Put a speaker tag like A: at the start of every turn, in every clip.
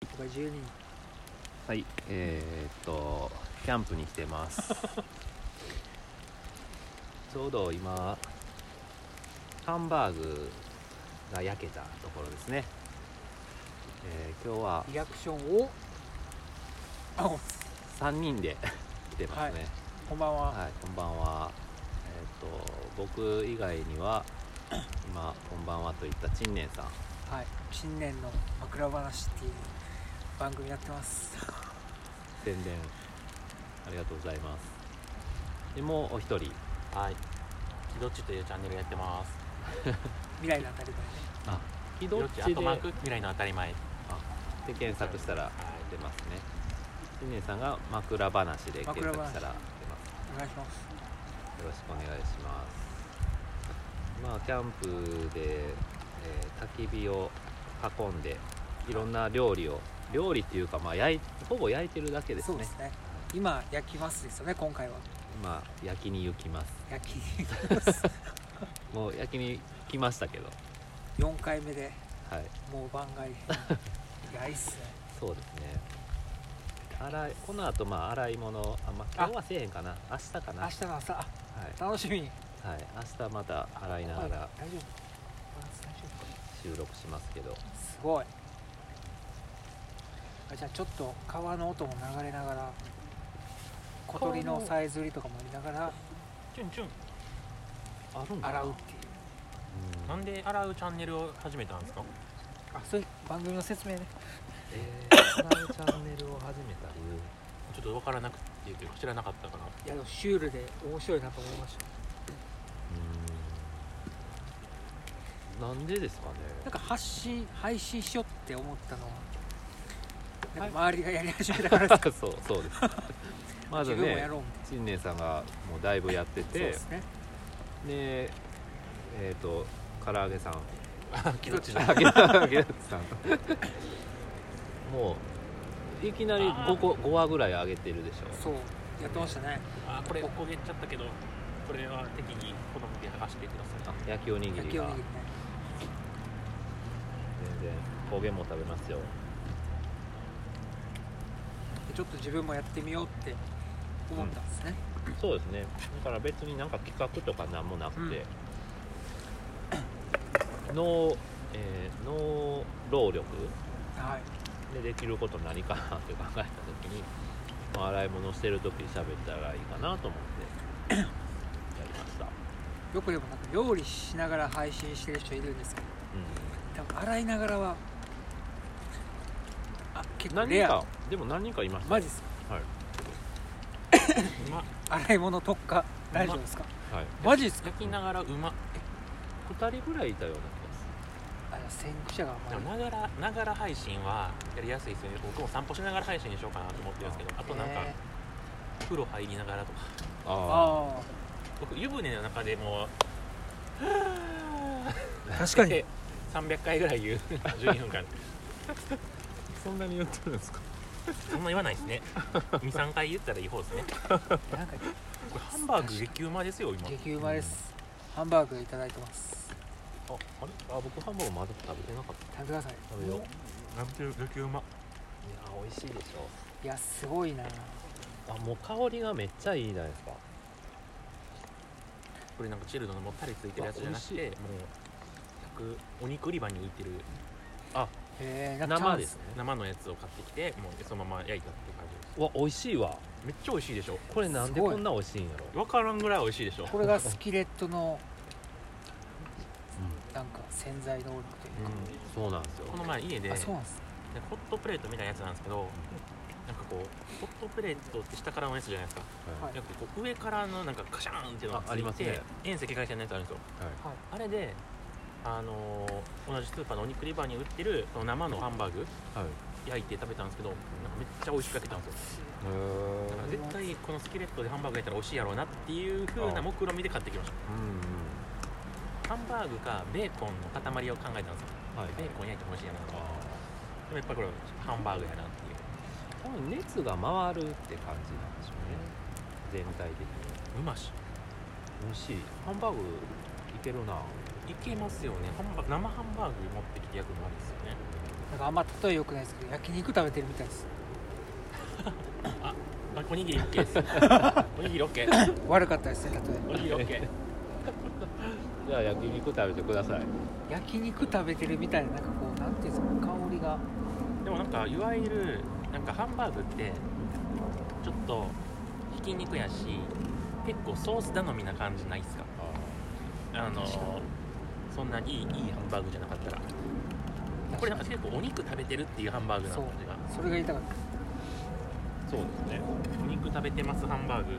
A: が12人
B: はいえー、っとキャンプに来てます ちょうど今ハンバーグが焼けたところですね、えー今日は
A: リアクションをあお
B: 3人で 来てますね
A: こんばんは、
B: はい、こんばんはえー、っと僕以外に は今こんばんはと言った陳年さん
A: はい、新年の枕話っていう番組やってます
B: 宣伝ありがとうございますでもうお一人
C: はい。キドッチというチャンネルやってます。
A: 未来の当たり前ね
B: あひ
C: キド
B: ど
C: ッ
B: っ
C: チ
B: ち
C: アット
B: で
C: マーク未来の当たり
B: で
C: 前。
B: 検索したら出ますね新年さんが枕話で検索したら出ます
A: お願いします
B: よろしくお願いしますまあキャンプで、えー焚き火を囲んでいろんな料理を料理っていうかまあ焼いほぼ焼いてるだけです
A: そう
B: ね
A: ですね今焼きますですよね今回は
B: 今焼きに行きます
A: 焼き ます
B: もう焼きに来ましたけど
A: 4回目で
B: はい
A: もう番 外編いやいいっすね
B: そうですね洗いこの後まあ洗い物あ、まあ、今日はせえへんかな明日か
A: 明
B: なはい、
A: 日の朝楽しみに
B: はい、明日また洗いながら
A: 大丈夫バランス大丈夫
B: 収録しますけど
A: すごいあじゃあちょっと川の音も流れながら小鳥のさえずりとかも見ながら
C: チュンチュン。
B: あるん
A: 洗うっ
B: う
A: ていうん
C: なんで洗うチャンネルを始めたんですか。
A: あそういう番組の説明ね
B: えー、洗うチャンネルを始めた理由
C: ちょっとわからなくていうか知らなかったから。
A: いやでもシュールで面白いなと思いました
B: うーんなんでですかね
A: なんか発信配信しようって思ったのはなんか周りがやり始めた から
B: そうそうですまず
A: 自分もや
B: ね
A: ろうみ
B: 新年さんがもうだいぶやって
A: たいな
B: て
A: そうですね
B: でえっ、と唐 揚げさん
C: キドッチ
B: 唐揚 げさんもういきなり5個5話ぐらい上げてるでしょ
A: そうやってましたね
C: あ、これ焦げちゃったけど、これは適宜好みで剥がしてください。
B: あ焼きおにぎ
A: 焼
B: り
A: きおに
B: が
A: ぎりね
B: 全然焦げも食べますよ
A: でちょっと自分もやってみようって思ったんですね、
B: そうですねだから別になんか企画とかなんもなくて、脳、えー脳労力
A: はい
B: でできること何かなって考えた時に、まあ洗い物してる時に喋ったらいいかなと思ってやりました、
A: よくでもなんか料理しながら配信してる人いるんですけど
B: う
A: 多分洗いながらはあ結構
B: ん、何
A: レ
B: 人
A: ア
B: かでも何人かいました
A: マジっすか
B: はい、
C: ま、
A: 洗い物特化大丈夫ですか
B: はい、
A: マジっすか
C: 焼きながらうま。
B: 2人ぐらいいたような
A: あの先駆者があ
C: で
A: ん
C: も
A: ま
C: ながらながら配信はやりやすいですよね。僕も散歩しながら配信にしようかなと思ってるんですけど、あ
A: り
C: となんか
A: えー
C: 風呂入りながらとか。
B: 気があ
A: あ
C: 僕湯船の中でもうは
A: あ確
C: ー
A: か
C: っ
A: に
C: て300回ぐらい言う12分間
B: あ そんなに言ってるんですか
C: そんな言わないですね23回言ったらいい方ですね
A: なんか
C: これハンバーグ激うまですよ今
A: 激うまです、ハンバーグいただいてます
B: ああれあ僕ハンバーグまだ食べてなかっ
A: 食べてください
B: た食べようい
C: 激う激うま
B: や美味しいでしょ
A: いやすごいな
B: あもう香りがめっちゃいいじゃないですか
C: これなんかチルドのもったりついてるやつじゃなくて
B: うわ
C: もう100お肉売り場に売ってる
A: へえ
B: 生ですね
C: 生のやつを買ってきてもうそのまま焼いたって感じで
B: うわ美味しいわ
C: すめっちゃ美味しいでしょ
B: これなん
A: す
B: で
A: ごい
B: こんな美味しいんやろ
C: 分からんぐらい美味しいでしょ
A: これがスキレットのなんか潜在能力という
B: う
A: か、
B: んそうなんですよ
C: この前家で
A: あそうなんです
C: なんかホットプレートみたいなやつなんですけどなんかこうホットプレートって下からのやつじゃないですか
A: はい
C: なんかこう上からのなんかカシャーンっていうのが
B: ああります
C: つい
B: ね
C: て遠赤外線のやつあるんですよ
A: はい
C: あれであのー同じスーパーのお肉リバーに売ってるその生のハンバーグ
B: はい
C: 焼いて食べたんですけどなんかめっちゃ美味しく焼けたんですよ
B: へ
C: だから
B: え
C: 絶対このスキレットでハンバーグ焼いたら美味しいやろうなっていう風な目論見で買ってきま
B: う
C: し
B: ん
C: たハンバーグかベーコンの塊を考えたんですよ
B: うんはい
C: ベーコン焼いてほしいやなと
B: あ
C: でもやっぱりこれハンバーグやなっていう
B: ー多分熱が回るって感じなんでしょうね全体的に
C: うまし
B: 美味しいハンバーグいけるない
C: けますよねハンバ生ハンバーグ持ってきて焼くのありですよね
A: なんかあんま例えよくないですけど焼肉食べてるみたいです
C: あおにぎり OK です おにぎり OK
A: 悪かったですね
C: おにぎり OK
B: じゃあ焼肉食べてください
A: 例え焼肉食べてるみたいななんかこうなんていうんですか香りが
C: でもなんかいわゆるなんかハンバーグってちょっとひき肉やし結構ソース頼みな感じないっすかあのそんなにいいいいハンバーグじゃなかったらこれなんか結構お肉食べてるっていうハンバーグな
A: そう
C: 感じが
A: それが言いたかった
B: そうですね
C: お肉食べてますハンバーグ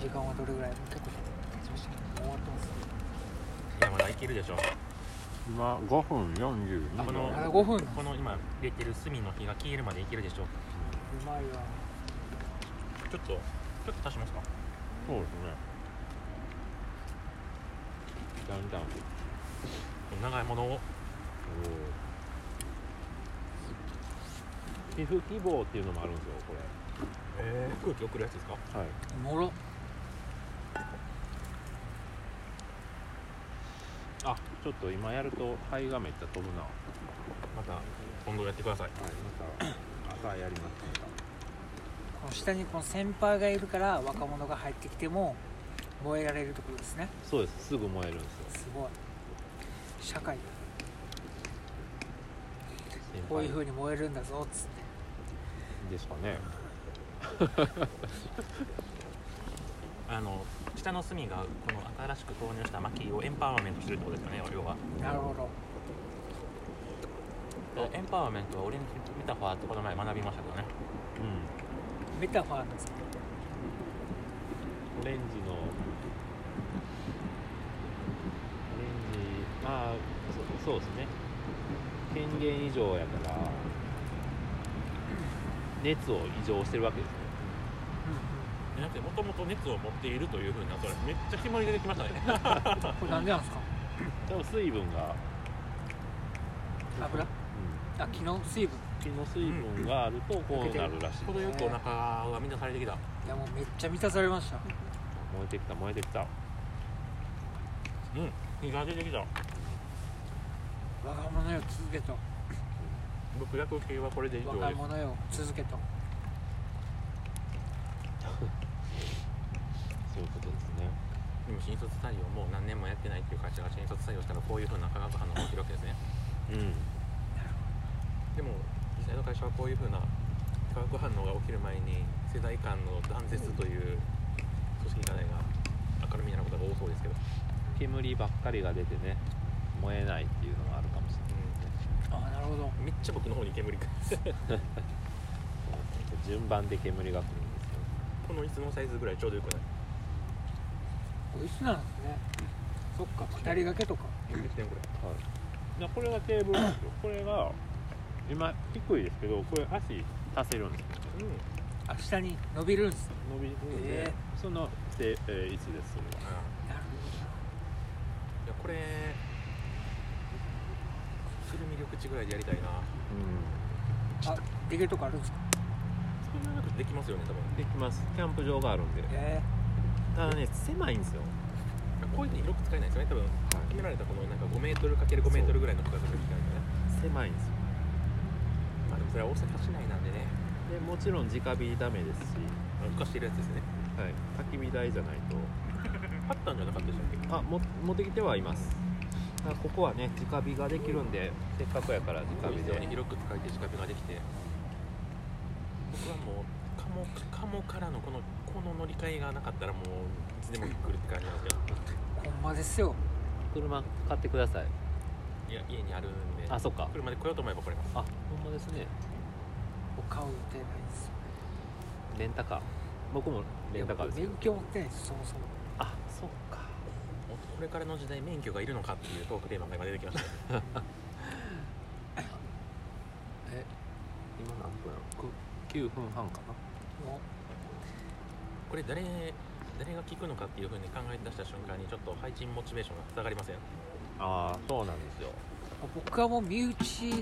A: 時間はどれぐらい結構経ちましたねもう終わってます
C: いやまだいけるでしょ
D: 今5分42秒
C: この
A: まだ5分う
C: この今入れてる炭の火が消えるまでいけるでしょ
A: まいわ
C: ちょっとちょっと足しますか
D: そうですね
B: だんだん
C: 長いものを
B: 寄付希望っていうのもあるんですよこれ
C: 空気送るやつですか
B: はい
A: もろ
B: あちょっと今やると肺がめっちゃ飛ぶなはい
C: また今度やってください
B: また朝やります
A: この下にこの先輩がいるから若者が入ってきても燃えられるところですね
B: そうですすぐ燃えるんですよ
A: すごい社会
B: 先輩
A: こういう風に燃えるんだぞっつって
B: ですかね
C: あの下の隅がこの新しく投入した薪をエンパワーメントしてるってことですよね要は
A: なるほど
C: エンパワーメントは俺にメタファーってこの前学びましたけどね
B: う
A: メタファーなんですね
B: んオレンジのオレンジまあそそうですね権限以上やから熱を異常してるわけですね
A: う
C: じゃなくてもともと熱を持っているというふうなそれめっちゃ決まり出てきま したね
A: んうんこれなんでなんですか
B: でも水分が、
A: 油あ昨日水分
B: 木の水分があるとこうなるらしい、
C: 程よくお腹が満たされてきた
A: いやもうめっちゃ満たされました
B: 燃えてきた燃えてきた
C: うん火が出てきた
A: 若者よ続けと
C: 僕薬系はこれで以上
A: 若
C: です
A: 者よ続けと
B: そういうことですね
C: でも新卒採用もう何年もやってないっていう会社が新卒採用したらこういうふうな化学反応が起きるわけですね
B: うん
C: でも実際の会社はこういうふうな化学反応が起きる前に世代間の断絶という組織課題が明るみになることが多そうですけど、
B: 煙ばっかりが出てね燃えないっていうのがあるかもしれない
A: ああなるほど
C: めっちゃ僕の方に煙が
B: 順番で煙が来るんですよ
C: この椅子のサイズぐらいちょうどよくない
A: これいつなんですねそっか二人掛けとか
C: 煙ですねこれ
D: いやこれがテーブルなんですよこれが今低いですけどこれ足足せるんですよ
C: うん
A: あ下に伸びるんです
D: 伸びるんで、
A: え
D: その、でえー位置ですそれは
C: あ
A: なる
C: ーいやこれする魅力値ぐらいでやりたいな
A: ほどあできるとこあるんですか
C: そんなくできますよね多分
B: できますキャンプ場があるんで
A: え
B: ただね狭いんですよ
C: こういうの広く使えないですよね多分決められたこのなんか5メートルかける5メートルぐらいの深さでいかないとね
B: 狭いんですよ
C: まあでもそれは大阪市内なんでね
B: でもちろん直火ダメですし、
C: 浮かしてるやつですね
B: はい、焚き火台じゃないと
C: あったんじゃなかったでした
B: あ
C: っけ
B: も持ってきてはいますただここはね直火ができるんでせっかくやから直火
C: 非
B: で
C: 常に広く使えて仕掛けができて僕はもうカモカモからのこのこの乗り換えがなかったらもういつでも来るって感じなんですけど
A: ー、ほんまですよ
B: 車買ってください
C: いや家にあるんで
B: あそっか
C: 車で来ようと思えば来れます
B: あほんまですね
A: を買う予定ないですよ
B: レンタカー僕もレンタカーです
A: い
B: け
A: や
B: ど
A: 僕免許持ってないですそもそも
B: あそっか
C: これからの時代免許がいるのかっていうトークテーマが今出てきました
B: え今何分やろく9分半かな
A: も
C: これ誰誰が聞くのかっていうふうに考え出した瞬間にちょっと配置モチベーションが下がりません
B: ああそうなんですよ
A: う僕はもう身内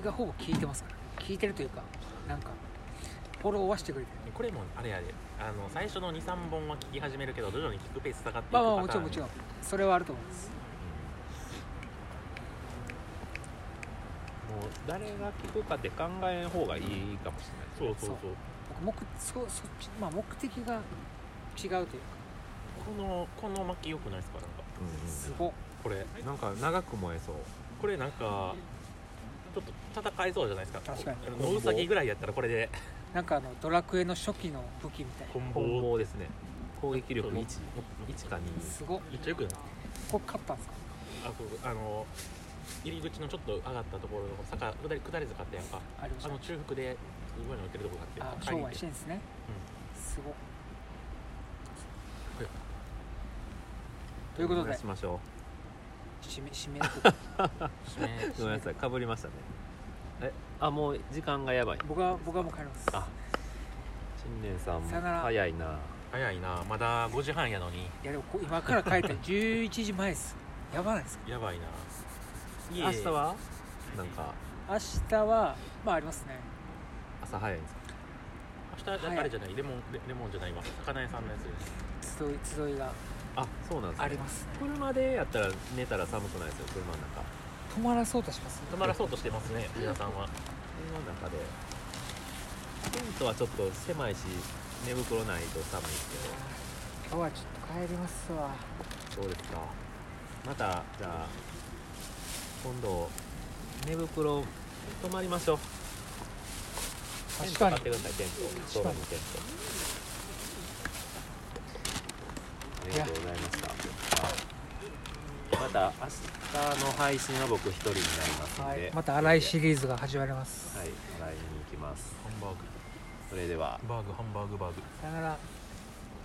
A: がほぼ聞いてますから聞いてるというかなんかフォローはしてくれてる
C: これもあれやであの最初の23本は聞き始めるけど徐々に聞くペース下がっていく
A: まあまあ
C: パ
A: もち
C: タ
A: ろ
C: ーン
A: んもちろんそれはあると思います
B: 誰が聞くかって考えん方がいいかもしれ
D: そ
B: ないです
D: うそう
B: ね
D: そう
A: 僕目そそっち、まあ、目的が違うというか
C: このこの巻き良くないですかなんか
A: すごっ
C: これ
B: なんか長く燃えそう
C: これなんかちょっと戦いそうじゃないですか
A: 確かに
C: あのノウサギぐらいやったらこれで
A: なんかあのドラクエの初期の武器みたい
C: 棍
B: 本
C: 棒
B: 望ですね攻撃力
C: そう
B: 1一か
A: な
B: 2
A: すごっ
C: めっちゃよくない
A: これ勝ったんですか
C: あそうあの入り口のちょっと上がったところの坂下り下り坂ってやんか
A: ありまし
C: あ
A: た
C: の中腹で馬に乗ってるとこがあ
A: あ
C: って
A: 商売し
C: 帰
A: てん
C: り
A: ですね、すごっ
C: これ
A: ということ
B: お願
A: で
B: しましょ
A: 締め締めの曲
C: ね
B: うごめんなさいかぶりましたねえあもう時間がやばい
A: 僕は僕はもう帰ります
B: あ新年さん
A: さよなら
B: 早いな
C: 早いなまだ5時半やのに
A: いやでもこ今から帰ったら11時前です やばないですか
C: やばいな
B: 明日はなんか
A: 明日はまあありますね
B: 朝早いんですか
C: 明日あれじゃないレモンレレモンじゃないわ魚屋さんのやつです
A: 集い集いが
B: あそうなんです
A: あ
B: ね
A: りますね
B: 車でやったら寝たら寒くないですよ車の中
A: 止まらそうとしますね
C: 止まらそうとしてますね皆さんは
B: 車の中でテントはちょっと狭いし寝袋ないと寒いです
A: 今日はちょっと帰りますわ
B: けどそうですかまたじゃあ今度寝袋泊まりましょうテ
A: 確
B: ント
A: か
B: 買
A: に
B: ってくださいテントソロにテントありがとうございましたまた明日の配信は僕一人になりますの
A: は
B: で、
A: い、また新井シリーズが始まります、
B: はい、洗いに行きます。
C: ハンバーグ
B: それでは。
C: バーグハンバーグバーグ
A: さよなら
B: さよ